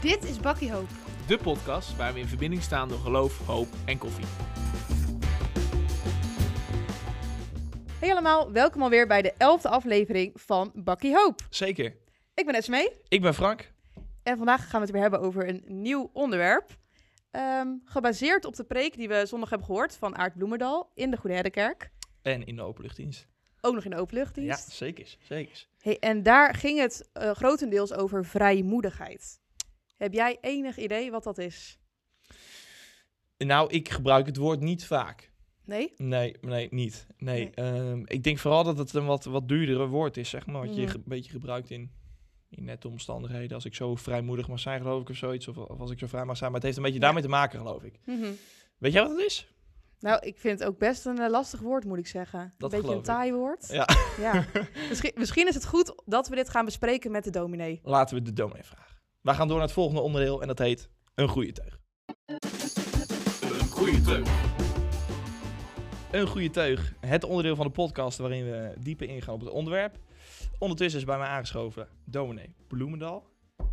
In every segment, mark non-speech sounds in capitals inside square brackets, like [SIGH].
Dit is Bakkie Hoop. De podcast waar we in verbinding staan door geloof, hoop en koffie. Hey allemaal, welkom alweer bij de elfde aflevering van Bakkie Hoop. Zeker. Ik ben Esmee Ik ben Frank. en vandaag gaan we het weer hebben over een nieuw onderwerp. Ehm, gebaseerd op de preek die we zondag hebben gehoord van Aart Bloemendal in de Goede Herdenkerk. En in de openluchtdienst. Ook nog in de openluchtdienst. Ja, zeker. zeker. Hey, en daar ging het eh, grotendeels over vrijmoedigheid. Heb jij enig idee wat dat is? Nou, ik gebruik het woord niet vaak. Nee? Nee, nee, niet. Nee. Nee. ehm, ik denk vooral dat het een wat, wat duurdere woord is, zeg maar. Wat je Mhm. ge- een beetje gebruikt in, in nette omstandigheden. Als ik zo vrijmoedig mag zijn, geloof ik, of zoiets. Of, of als ik zo vrij mag zijn. Maar het heeft een beetje Ja. daarmee te maken, geloof ik. Mhm. Weet jij wat het is? Nou, ik vind het ook best een eh, lastig woord, moet ik zeggen. Dat een beetje geloof een ik. taai woord. Ja. Ja. Misschien, misschien is het goed dat we dit gaan bespreken met de dominee. Laten we de dominee vragen. Wij gaan door naar het volgende onderdeel en dat heet een goede teug. Een goede teug. Een goede teug. Het onderdeel van de podcast waarin we dieper ingaan op het onderwerp. Ondertussen is bij mij aangeschoven dominee Bloemendal.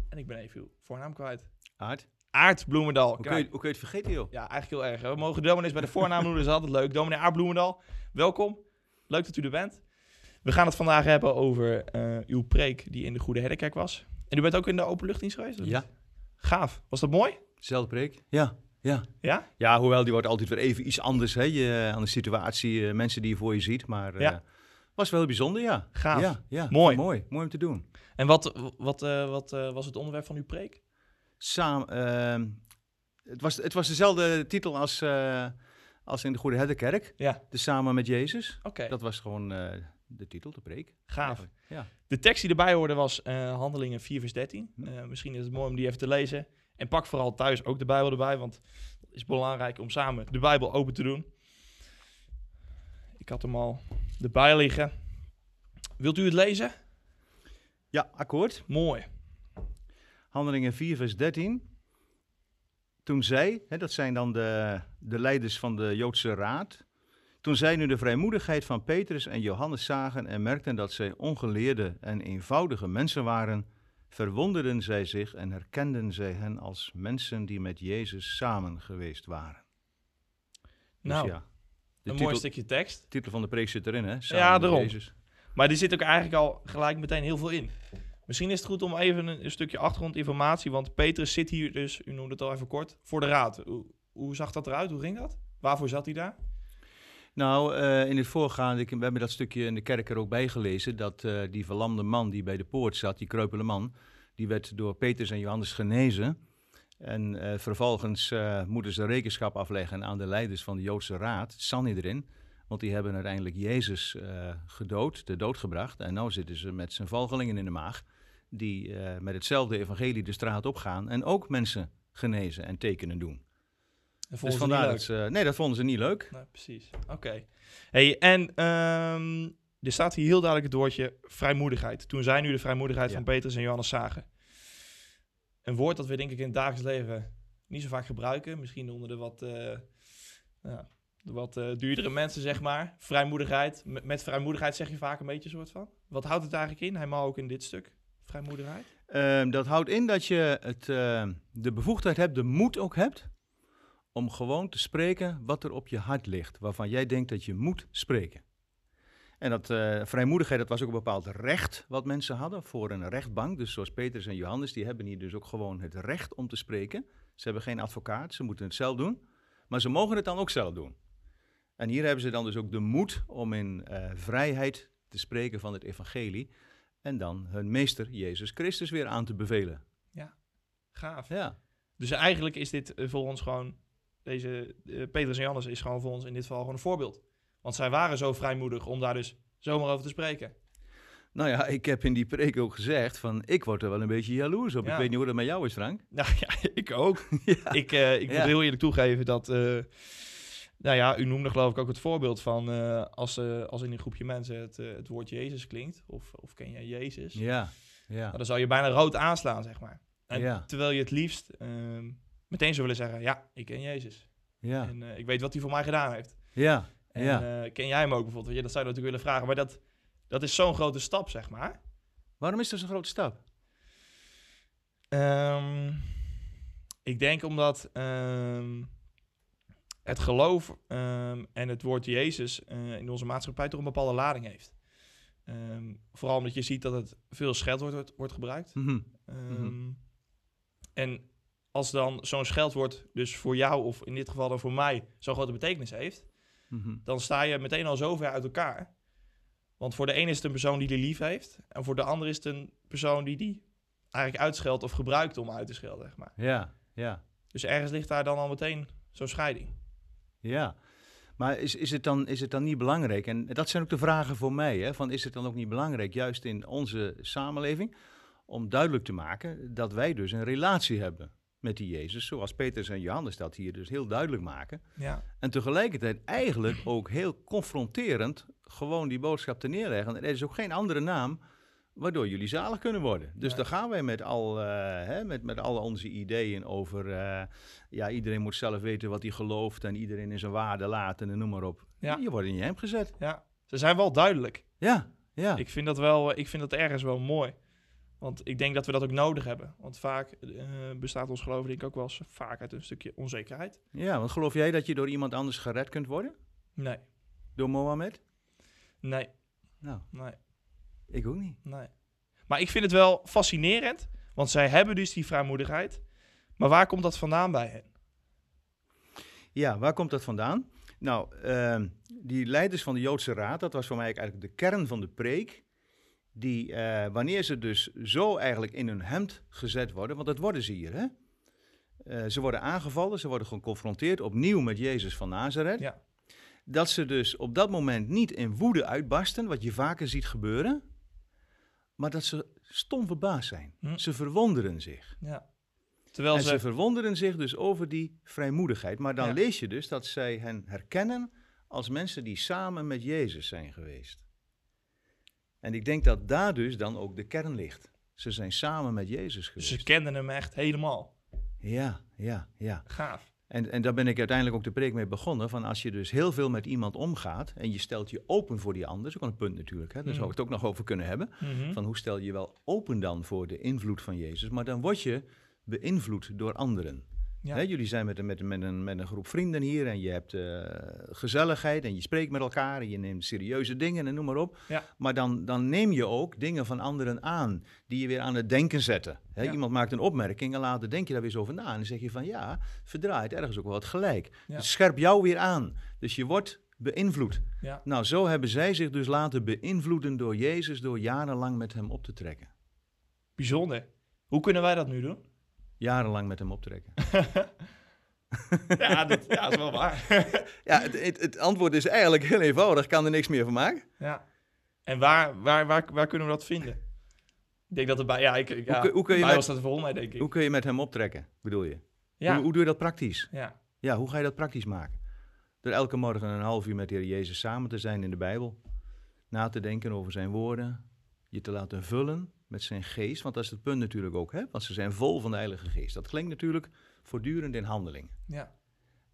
En ik ben even uw voornaam kwijt. Aard, Aard Bloemendal. hoe kun, je, hoe kun je het vergeten, joh? Ja, eigenlijk heel erg. hè. We mogen dominees bij de voornaam noemen, dat is altijd leuk. Dominee Aard Bloemendal, welkom. Leuk dat u er bent. We gaan het vandaag hebben over eh, uw preek die in de Goede Herderkerk was. En u bent ook in de openluchtdienst geweest? of Ja, niet? Gaaf. Was dat mooi? dezelfde preek. Ja, ja. Ja? Ja, hoewel die wordt altijd weer even iets anders hè, je, aan de situatie, eh, mensen die je voor je ziet. Maar eh, Ja. was wel bijzonder, ja. Gaaf. Ja, ja. Mooi. mooi. Mooi om te doen. En wat, wat, eh, wat eh, was het onderwerp van uw preek? Samen, ehm, het, was, het was dezelfde titel als, eh, als in de Goede Herderkerk. Ja. De Samen met Jezus. Oké, Dat was gewoon eh, de titel, de preek. gaaf. eigenlijk. Ja. De tekst die erbij hoorde was eh, Handelingen 4 vers 13. Hm. Eh, misschien is het mooi om die even te lezen. En pak vooral thuis ook de Bijbel erbij, want het is belangrijk om samen de Bijbel open te doen. Ik had hem al erbij liggen. Wilt u het lezen? ja, akkoord. Mooi. Nou, Handelingen 4, vers 13. Toen zij, hè, dat zijn dan de, de leiders van de Joodse raad. Toen zij nu de vrijmoedigheid van Petrus en Johannes zagen en merkten dat zij ongeleerde en eenvoudige mensen waren, verwonderden zij zich en herkenden zij hen als mensen die met Jezus samen geweest waren. Dus Nou, ja, de een mooi titel, stukje tekst. titel van de preek zit erin, hè? Samen Ja, met daarom. Jezus. Maar er zit ook eigenlijk al gelijk meteen heel veel in. Misschien is het goed om even een, een stukje achtergrondinformatie, want Petrus zit hier dus, u noemde het al even kort, voor de raad. Hoe, hoe zag dat eruit? Hoe ging dat? Waarvoor zat hij daar? Nou, eh, in het voorgaande, ik- we hebben dat stukje in de kerk er ook bij gelezen, dat eh, die verlamde man die bij de poort zat, die kreupele man, die werd door Petrus en Johannes genezen. En eh, vervolgens eh, moeten ze rekenschap afleggen aan de leiders van de Joodse raad, Sanhedrin, want die hebben uiteindelijk Jezus eh, gedood, de dood gebracht. En nu zitten ze met zijn valgelingen in de maag, die eh, met hetzelfde evangelie de straat opgaan en ook mensen genezen en tekenen doen. En Dus vandaar dat ze, nee, dat vonden ze niet leuk. Nee, precies. Oké. Hey, en ehm, er staat hier heel duidelijk het woordje vrijmoedigheid. Toen zij nu de vrijmoedigheid Ja. van Petrus en Johannes zagen. Een woord dat we denk ik in het dagelijks leven niet zo vaak gebruiken. Misschien onder de wat, eh, ja, de wat eh, duurdere mensen, zeg maar. Vrijmoedigheid. Met, met vrijmoedigheid zeg je vaak een beetje een soort van. Wat houdt het eigenlijk in? Helemaal ook in dit stuk. Vrijmoedigheid. Ehm, dat houdt in dat je het, ehm, de bevoegdheid hebt, de moed ook hebt, om gewoon te spreken wat er op je hart ligt, waarvan jij denkt dat je moet spreken. En dat eh, vrijmoedigheid, dat was ook een bepaald recht wat mensen hadden voor een rechtbank. Dus zoals Petrus en Johannes, die hebben hier dus ook gewoon het recht om te spreken. Ze hebben geen advocaat, ze moeten het zelf doen, maar ze mogen het dan ook zelf doen. En hier hebben ze dan dus ook de moed om in eh, vrijheid te spreken van het evangelie en dan hun meester Jezus Christus weer aan te bevelen. Gaaf. Ja, Dus eigenlijk is dit eh, voor ons gewoon, deze eh, Petrus en Johannes is gewoon voor ons in dit geval gewoon een voorbeeld. Want zij waren zo vrijmoedig om daar dus zomaar over te spreken. [LAUGHS] nou ja, ik heb in die preek ook gezegd van ik word er wel een beetje jaloers op. Ja. Ik weet niet hoe dat met jou is, Frank. Nou ja, ik ook. Ik, eh, ik moet Ja. heel eerlijk toegeven dat, eh, nou ja, u noemde geloof ik ook het voorbeeld van eh, als, eh, als in een groepje mensen het, eh, het woord Jezus klinkt, of, of ken jij Jezus, Ja, ja. nou, dan zou je bijna rood aanslaan, zeg maar. En Ja. terwijl je het liefst ehm, meteen zou willen zeggen, ja, ik ken Jezus. Ja, En eh, ik weet wat hij voor mij gedaan heeft. ja, En ja. eh, ken jij hem ook bijvoorbeeld? Weet je, dat zou je natuurlijk willen vragen. Maar dat, dat is zo'n grote stap, zeg maar. Waarom is dat zo'n grote stap? Ehm, Ik denk omdat ehm, het geloof ehm, en het woord Jezus eh, in onze maatschappij toch een bepaalde lading heeft. Ehm, vooral omdat je ziet dat het veel scheldwoord wordt, wordt gebruikt. Mhm. Ehm, En als dan zo'n scheldwoord dus voor jou, of in dit geval dan voor mij, zo'n grote betekenis heeft, Mhm. dan sta je meteen al zo ver uit elkaar. Want voor de ene is het een persoon die die lief heeft, en voor de ander is het een persoon die die eigenlijk uitscheldt of gebruikt om uit te schelden, zeg maar. Ja, ja, Dus ergens ligt daar dan al meteen zo'n scheiding. ja. Maar is, is, het dan, is het dan niet belangrijk? En dat zijn ook de vragen voor mij. Hè, van is het dan ook niet belangrijk, juist in onze samenleving, om duidelijk te maken dat wij dus een relatie hebben met die Jezus, zoals Petrus en Johannes dat hier dus heel duidelijk maken. Ja, En tegelijkertijd eigenlijk ook heel confronterend gewoon die boodschap te neerleggen. En er is ook geen andere naam waardoor jullie zalig kunnen worden. Dus Nee. daar gaan wij met al, eh, hè, met, met al onze ideeën over... eh, ja, iedereen moet zelf weten wat hij gelooft en iedereen in zijn waarde laten en noem maar op. Ja. Je wordt in je hem gezet. ja. Ze zijn wel duidelijk. Ja, ja. Ik vind dat wel, eh, ik vind dat ergens wel mooi. Want ik denk dat we dat ook nodig hebben. Want vaak eh, bestaat ons geloof denk ik ook wel eens vaak uit een stukje onzekerheid. ja, want geloof jij dat je door iemand anders gered kunt worden? Nee, Door Mohammed? nee, Nou, nee. ik ook niet. Nee. Maar ik vind het wel fascinerend, want zij hebben dus die vrijmoedigheid. Maar waar komt dat vandaan bij hen? Ja, waar komt dat vandaan? Nou, ehm, die leiders van de Joodse Raad, dat was voor mij eigenlijk de kern van de preek. Die, eh, wanneer ze dus zo eigenlijk in hun hemd gezet worden, want dat worden ze hier, hè? Eh, ze worden aangevallen, ze worden geconfronteerd opnieuw met Jezus van Nazareth. Ja. Dat ze dus op dat moment niet in woede uitbarsten, wat je vaker ziet gebeuren, maar dat ze stom verbaasd zijn. Hm. Ze verwonderen zich. Ja. Terwijl En ze ze... verwonderen zich dus over die vrijmoedigheid. Maar dan Ja. lees je dus dat zij hen herkennen als mensen die samen met Jezus zijn geweest. En ik denk dat daar dus dan ook de kern ligt. Ze zijn samen met Jezus Dus geweest. ze kenden hem echt helemaal. Ja, ja, ja. Gaaf. En, en daar ben ik uiteindelijk ook de preek mee begonnen. Van als je dus heel veel met iemand omgaat en je stelt je open voor die ander. Dat is ook wel een punt natuurlijk. Hè? Mm. Daar zou ik het ook nog over kunnen hebben. Mhm. Van hoe stel je je wel open dan voor de invloed van Jezus. Maar dan word je beïnvloed door anderen. Ja. Hè, jullie zijn met, een- met, een- met, een, met een groep vrienden hier en je hebt eh, gezelligheid en je spreekt met elkaar en je neemt serieuze dingen en noem maar op. Ja. Maar dan, dan neem je ook dingen van anderen aan die je weer aan het denken zetten. Hè, Ja. Iemand maakt een opmerking en later denk je daar weer zo van na en dan zeg je van ja, verdraait ergens ook wel wat gelijk. Ja. Het scherpt jou weer aan. Dus je wordt beïnvloed. Ja. Nou, zo hebben zij zich dus laten beïnvloeden door Jezus door jarenlang met hem op te trekken. Bijzonder. Hoe kunnen wij dat nu doen? [LAUGHS] Jarenlang met hem optrekken. ja, dat ja, is wel waar. [LAUGHS] Ja, het, het, het antwoord is eigenlijk heel eenvoudig. Kan er niks meer van maken. [LAUGHS] ja. En waar, waar, waar, waar kunnen we dat vinden? Ik denk dat het bij... Ja, ik, ik- ja, kun- hoe kun je bij met- was dat voor mij, denk ik. Hoe kun je met hem optrekken, bedoel je? ja. Hoe, hoe doe je dat praktisch? ja. Ja, hoe ga je dat praktisch maken? Door elke morgen een half uur met de Heer Jezus samen te zijn in de Bijbel. Na te denken over zijn woorden. Je te laten vullen met zijn geest. Want dat is het punt natuurlijk ook, hè? Want ze zijn vol van de Heilige Geest. Dat klinkt natuurlijk voortdurend in handeling. Ja.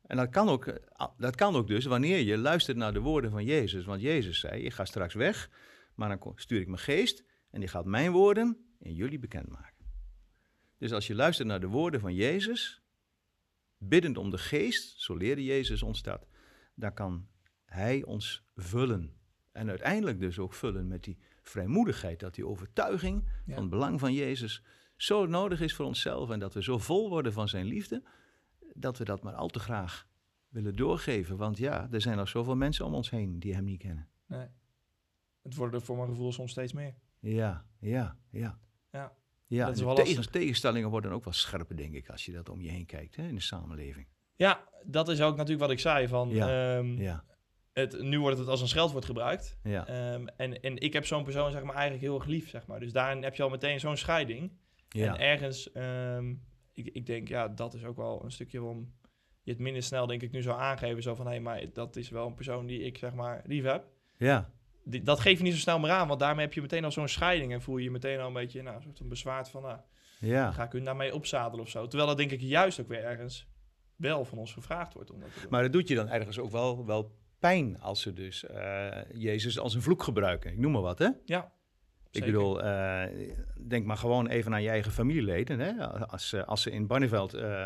En dat kan, ook, eh, ah, dat kan ook dus wanneer je luistert naar de woorden van Jezus. Want Jezus zei, ik ga straks weg, maar dan ko- stuur ik mijn geest en die gaat mijn woorden in jullie bekendmaken. Dus als je luistert naar de woorden van Jezus, biddend om de geest, zo leerde Jezus ons dat, dan kan hij ons vullen. En uiteindelijk dus ook vullen met die vrijmoedigheid, dat die overtuiging Ja. van het belang van Jezus zo nodig is voor onszelf en dat we zo vol worden van zijn liefde, dat we dat maar al te graag willen doorgeven. Want ja, er zijn nog zoveel mensen om ons heen die hem niet kennen. Nee. Het worden er voor mijn gevoel soms steeds meer. Ja, ja, ja. Ja. Ja, Dat is en de wel tegen- lastig. tegenstellingen worden ook wel scherper, denk ik, als je dat om je heen kijkt hè, in de samenleving. Ja, dat is ook natuurlijk wat ik zei. Van, Ja. ehm, Ja, het, nu wordt het als een scheldwoord gebruikt. ja, Ehm, en, en ik heb zo'n persoon zeg maar, eigenlijk heel erg lief. Zeg maar. Dus daarin heb je al meteen zo'n scheiding. ja. En ergens, ehm, ik, ik denk, ja, dat is ook wel een stukje waarom je het minder snel, denk ik, nu zou aangeven. Zo van, hé, maar dat is wel een persoon die ik, zeg maar, lief heb. ja. Die, dat geef je niet zo snel meer aan, want daarmee heb je meteen al zo'n scheiding. En voel je je meteen al een beetje, nou, een soort van bezwaard van, nou, ja. ga ik hun daarmee opzadelen of zo. Terwijl dat, denk ik, juist ook weer ergens wel van ons gevraagd wordt om dat te doen. Maar dat doet je dan ergens ook wel, wel pijn als ze dus eh, Jezus als een vloek gebruiken. Ik noem maar wat, hè? Ja. Zeker. Ik bedoel, eh, denk maar gewoon even aan je eigen familieleden. Hè? Als, eh, als ze in Barneveld eh,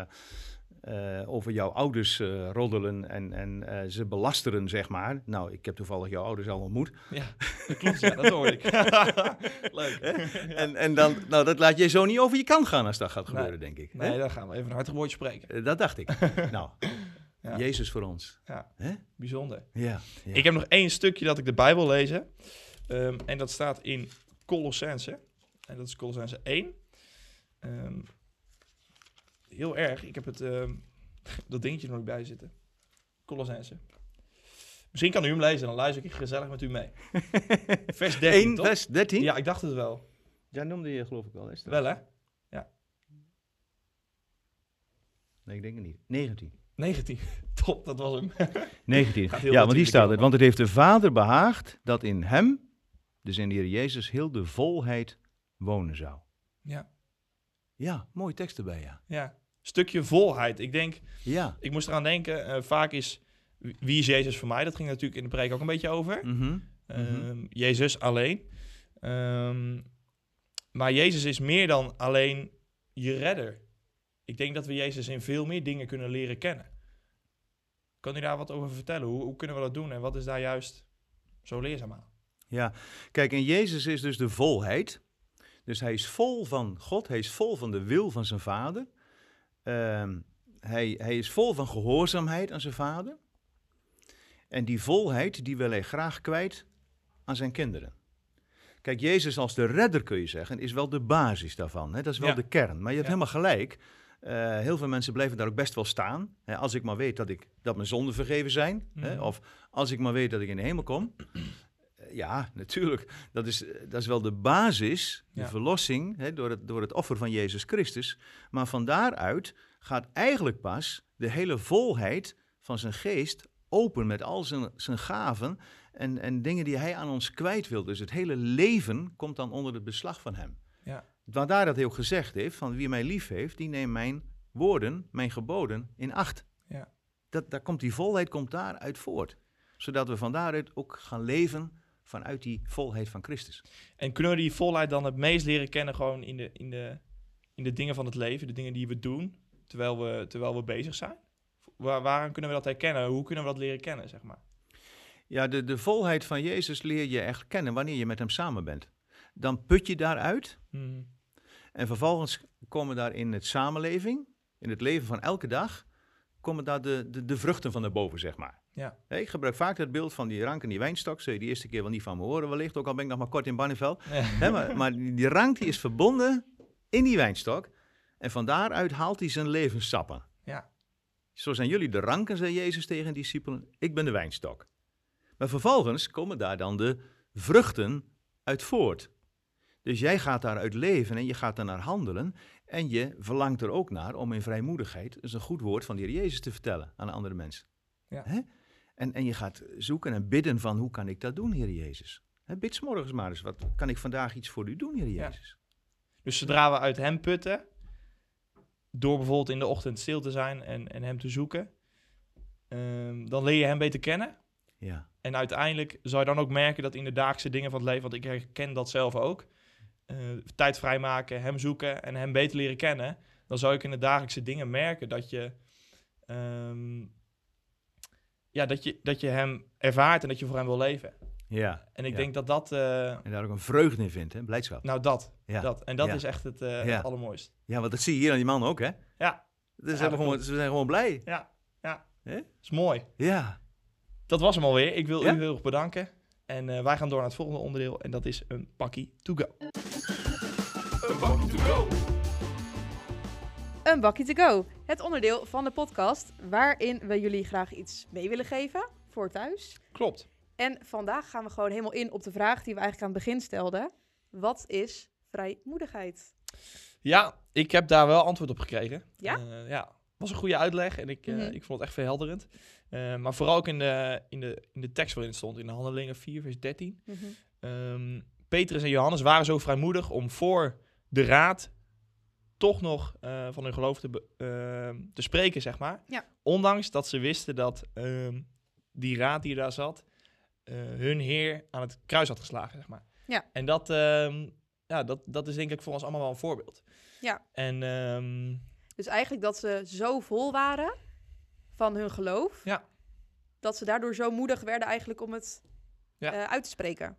eh, over jouw ouders eh, roddelen en, en eh, ze belasteren, zeg maar. Nou, ik heb toevallig jouw ouders al ontmoet. Ja, dat klopt. Ja, dat [LAUGHS] hoor ik. Leuk. Ja. En, en dan, nou, dat laat je zo niet over je kant gaan als dat gaat gebeuren, denk ik. hè? Nee, daar gaan we even een hartig woordje spreken. Eh, Dat dacht ik. [LAUGHS] nou, Ja. Jezus voor ons. Bijzonder. Ja. ja. Ik heb nog één stukje dat ik erbij wil lezen. Ehm, en dat staat in Colossense. En dat is Colossense 1. Ehm, heel erg. Ik heb het, ehm, [LAUGHS] dat dingetje er nog bij zitten. Colossense. Misschien kan u hem lezen. Dan luister ik gezellig met u [LAUGHS] mee. Vers 13, 1 toch? vers 13? Ja, ik dacht het wel. Daar noemde je geloof ik wel eens. Wel, hè? Nee, ik denk het niet. 19. 19. [LAUGHS] Top, dat was hem. 19. Gaat heel Ja, want hier natuurlijk staat het. helemaal. Want het heeft de Vader behaagd dat in hem, dus in de Heer Jezus, heel de volheid wonen zou. Ja. Ja, mooie tekst erbij, ja. Ja. Stukje volheid. Ik denk, Ja. ik moest eraan denken, eh, vaak is... Wie is Jezus voor mij? Dat ging natuurlijk in de preek ook een beetje over. Mhm. Ehm, Mhm. Jezus alleen. Ehm, maar Jezus is meer dan alleen je redder. Ik denk dat we Jezus in veel meer dingen kunnen leren kennen. Kan u daar wat over vertellen? Hoe, hoe kunnen we dat doen en wat is daar juist zo leerzaam aan? Ja, kijk, en Jezus is dus de volheid. Dus hij is vol van God, hij is vol van de wil van zijn vader. Ehm, hij, hij is vol van gehoorzaamheid aan zijn vader. En die volheid, die wil hij graag kwijt aan zijn kinderen. Kijk, Jezus als de redder, kun je zeggen, is wel de basis daarvan. Hè? Dat is wel Ja. de kern. Maar je hebt Ja. helemaal gelijk. Eh, heel veel mensen blijven daar ook best wel staan. Hè, als ik maar weet dat, ik, dat mijn zonden vergeven zijn. Hè? Mhm. Of als ik maar weet dat ik in de hemel kom. Eh, Ja, natuurlijk. Dat is, eh, dat is wel de basis, de Ja. verlossing, hè, door, het, door het offer van Jezus Christus. Maar van daaruit gaat eigenlijk pas de hele volheid van zijn geest open met al zijn, zijn gaven en, en dingen die hij aan ons kwijt wil. Dus het hele leven komt dan onder het beslag van hem. Ja. Vandaar dat hij ook gezegd heeft, van wie mij lief heeft, die neemt mijn woorden, mijn geboden in acht. Ja. Dat, daar komt die volheid komt daaruit voort. Zodat we van daaruit ook gaan leven vanuit die volheid van Christus. En kunnen we die volheid dan het meest leren kennen gewoon in de, in de, in de dingen van het leven, de dingen die we doen terwijl we, terwijl we bezig zijn? Waar, waaraan kunnen we dat herkennen? Hoe kunnen we dat leren kennen, zeg maar? Ja, de, de volheid van Jezus leer je echt kennen wanneer je met hem samen bent. Dan put je daaruit Mhm. en vervolgens komen daar in het samenleving, in het leven van elke dag, komen daar de, de, de vruchten van naar boven, zeg maar. Ja. Hè, Ik gebruik vaak het beeld van die rank en die wijnstok. Zul je die eerste keer wel niet van me horen wellicht, ook al ben ik nog maar kort in Barneveld. [LAUGHS] Hè, maar, maar die die rank die is verbonden in die wijnstok. En van daaruit haalt hij zijn levenssappen. Ja. Zo zijn jullie de ranken, zei Jezus tegen de discipelen. Ik ben de wijnstok. Maar vervolgens komen daar dan de vruchten uit voort. Dus jij gaat daaruit leven en je gaat daarnaar handelen. En je verlangt er ook naar om in vrijmoedigheid, dat is een goed woord van de Heer Jezus, te vertellen aan andere mensen. Ja. Hè? En, en je gaat zoeken en bidden van hoe kan ik dat doen, Heer Jezus? Hè, bid 's morgens maar eens, wat kan ik vandaag iets voor u doen, Heer Ja. Jezus? Dus zodra we uit hem putten, door bijvoorbeeld in de ochtend stil te zijn en, en hem te zoeken, ehm, dan leer je hem beter kennen. Ja, En uiteindelijk zal je dan ook merken dat in de dagelijkse dingen van het leven, want ik herken dat zelf ook, eh, tijd vrijmaken, hem zoeken en hem beter leren kennen, dan zou ik in de dagelijkse dingen merken dat je, ehm, ja, dat je, dat je hem ervaart en dat je voor hem wil leven. ja. En ik Ja. denk dat dat, eh, En daar ook een vreugde in vindt, hè? blijdschap. nou dat, Ja. dat. En dat Ja. is echt het, eh Ja. het allermooiste. Ja, want dat zie je hier aan die man ook, hè? Ja. Dat is Ja, dat helemaal gewoon, klopt. ze zijn gewoon blij. Ja, ja. Hè? is mooi. Ja. Dat was hem alweer. Ik wil Ja? u heel erg bedanken. En eh, wij gaan door naar het volgende onderdeel. En dat is een pakkie to go. Een pakkie to go. Een bakkie to go. Het onderdeel van de podcast waarin we jullie graag iets mee willen geven voor thuis. Klopt. En vandaag gaan we gewoon helemaal in op de vraag die we eigenlijk aan het begin stelden. Wat is vrijmoedigheid? Ja, ik heb daar wel antwoord op gekregen. Ja? Eh, ja. Was een goede uitleg en ik, eh, Mhm. ik vond het echt verhelderend. Eh, maar vooral ook in de, in, de, in de tekst waarin het stond, in de Handelingen 4, vers 13. Ehm, Petrus en Johannes waren zo vrijmoedig om voor de raad toch nog eh, van hun geloof te, be- ehm, te spreken, zeg maar. Ja. Ondanks dat ze wisten dat ehm, die raad die daar zat, eh, hun heer aan het kruis had geslagen, zeg maar. Ja. En dat, ehm, ja, dat, dat is denk ik voor ons allemaal wel een voorbeeld. Ja. En ehm, Dus eigenlijk dat ze zo vol waren van hun geloof. Ja. Dat ze daardoor zo moedig werden eigenlijk om het Ja. eh, uit te spreken.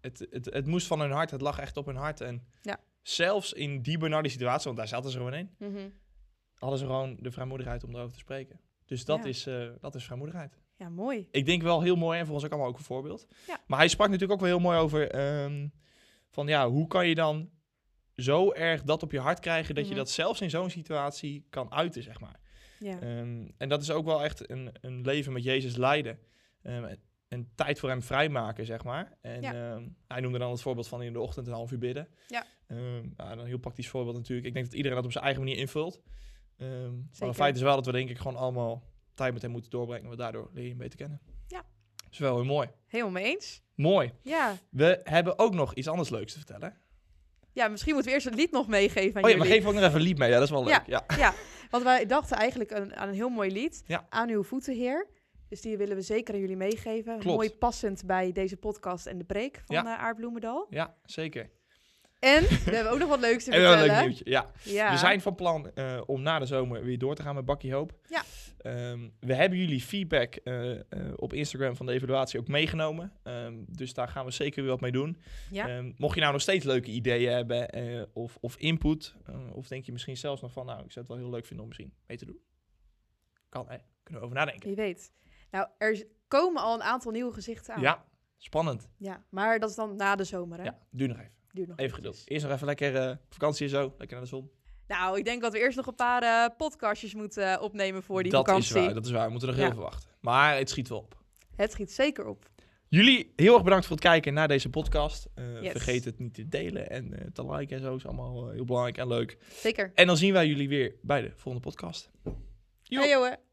het, het, het moest van hun hart, het lag echt op hun hart. En Ja. zelfs in die benarde situatie, want daar zaten ze gewoon in, hadden ze gewoon de vrijmoedigheid om erover te spreken. Dus dat, Ja. is, eh, dat is vrijmoedigheid. Ja, mooi. Ik denk wel heel mooi en voor ons ook allemaal ook een voorbeeld. Ja. Maar hij sprak natuurlijk ook wel heel mooi over ehm, van ja, hoe kan je dan zo erg dat op je hart krijgen dat Mhm. je dat zelfs in zo'n situatie kan uiten, zeg maar. Ja. Ehm, en dat is ook wel echt een, een leven met Jezus leiden. Ehm, en- en tijd voor hem vrijmaken, zeg maar. En ehm, hij noemde dan het voorbeeld van in de ochtend een half uur bidden. Ja. Ehm, nou, een heel praktisch voorbeeld natuurlijk. Ik denk dat iedereen dat op zijn eigen manier invult. Ehm, maar Zeker. het feit is wel dat we denk ik gewoon allemaal tijd met hem moeten doorbrengen. Want daardoor leer je hem beter kennen. Ja. Dat is wel heel mooi. Helemaal mee eens. Mooi. Ja. We hebben ook nog iets anders leuks te vertellen. ja, misschien moeten we eerst het lied nog meegeven aan oh ja, maar jullie. geef ook nog even een lied mee. Ja, dat is wel leuk. Ja. Want wij dachten eigenlijk aan, aan een heel mooi lied. Ja. Aan uw voeten, Heer. Dus die willen we zeker aan jullie meegeven. Klopt. Mooi passend bij deze podcast en de preek van Ja. eh Aardbloemendal. Ja, zeker. En we hebben ook nog wat leuks te [LAUGHS] En wel een vertellen. leuk nieuwtje. Ja. Ja. We zijn van plan eh, om na de zomer weer door te gaan met Bakkie Hoop. Ja. Ehm, we hebben jullie feedback eh, eh, op Instagram van de evaluatie ook meegenomen. Ehm, dus daar gaan we zeker weer wat mee doen. Ja. Ehm, mocht je nou nog steeds leuke ideeën hebben eh, of, of input, eh, of denk je misschien zelfs nog van, nou, ik zou het wel heel leuk vinden om misschien mee te doen. Kan, hè? Kunnen we over nadenken. Wie weet. Nou, er is- komen al een aantal nieuwe gezichten aan. Ja, spannend. Ja, maar dat is dan na de zomer, hè? Ja, duur nog even. Duurt nog Even geduld. Eerst nog even lekker eh, vakantie en zo. Lekker naar de zon. Nou, ik denk dat we eerst nog een paar eh, podcastjes moeten eh, opnemen voor die dat vakantie. is waar, dat is waar. We moeten nog Ja. heel veel wachten. Maar het schiet wel op. Het schiet zeker op. Jullie heel erg bedankt voor het kijken naar deze podcast. Eh, Yes. Vergeet het niet te delen en eh, te liken en zo. is allemaal eh, heel belangrijk en leuk. Zeker. En dan zien wij jullie weer bij de volgende podcast. Jo. Hey, jongen.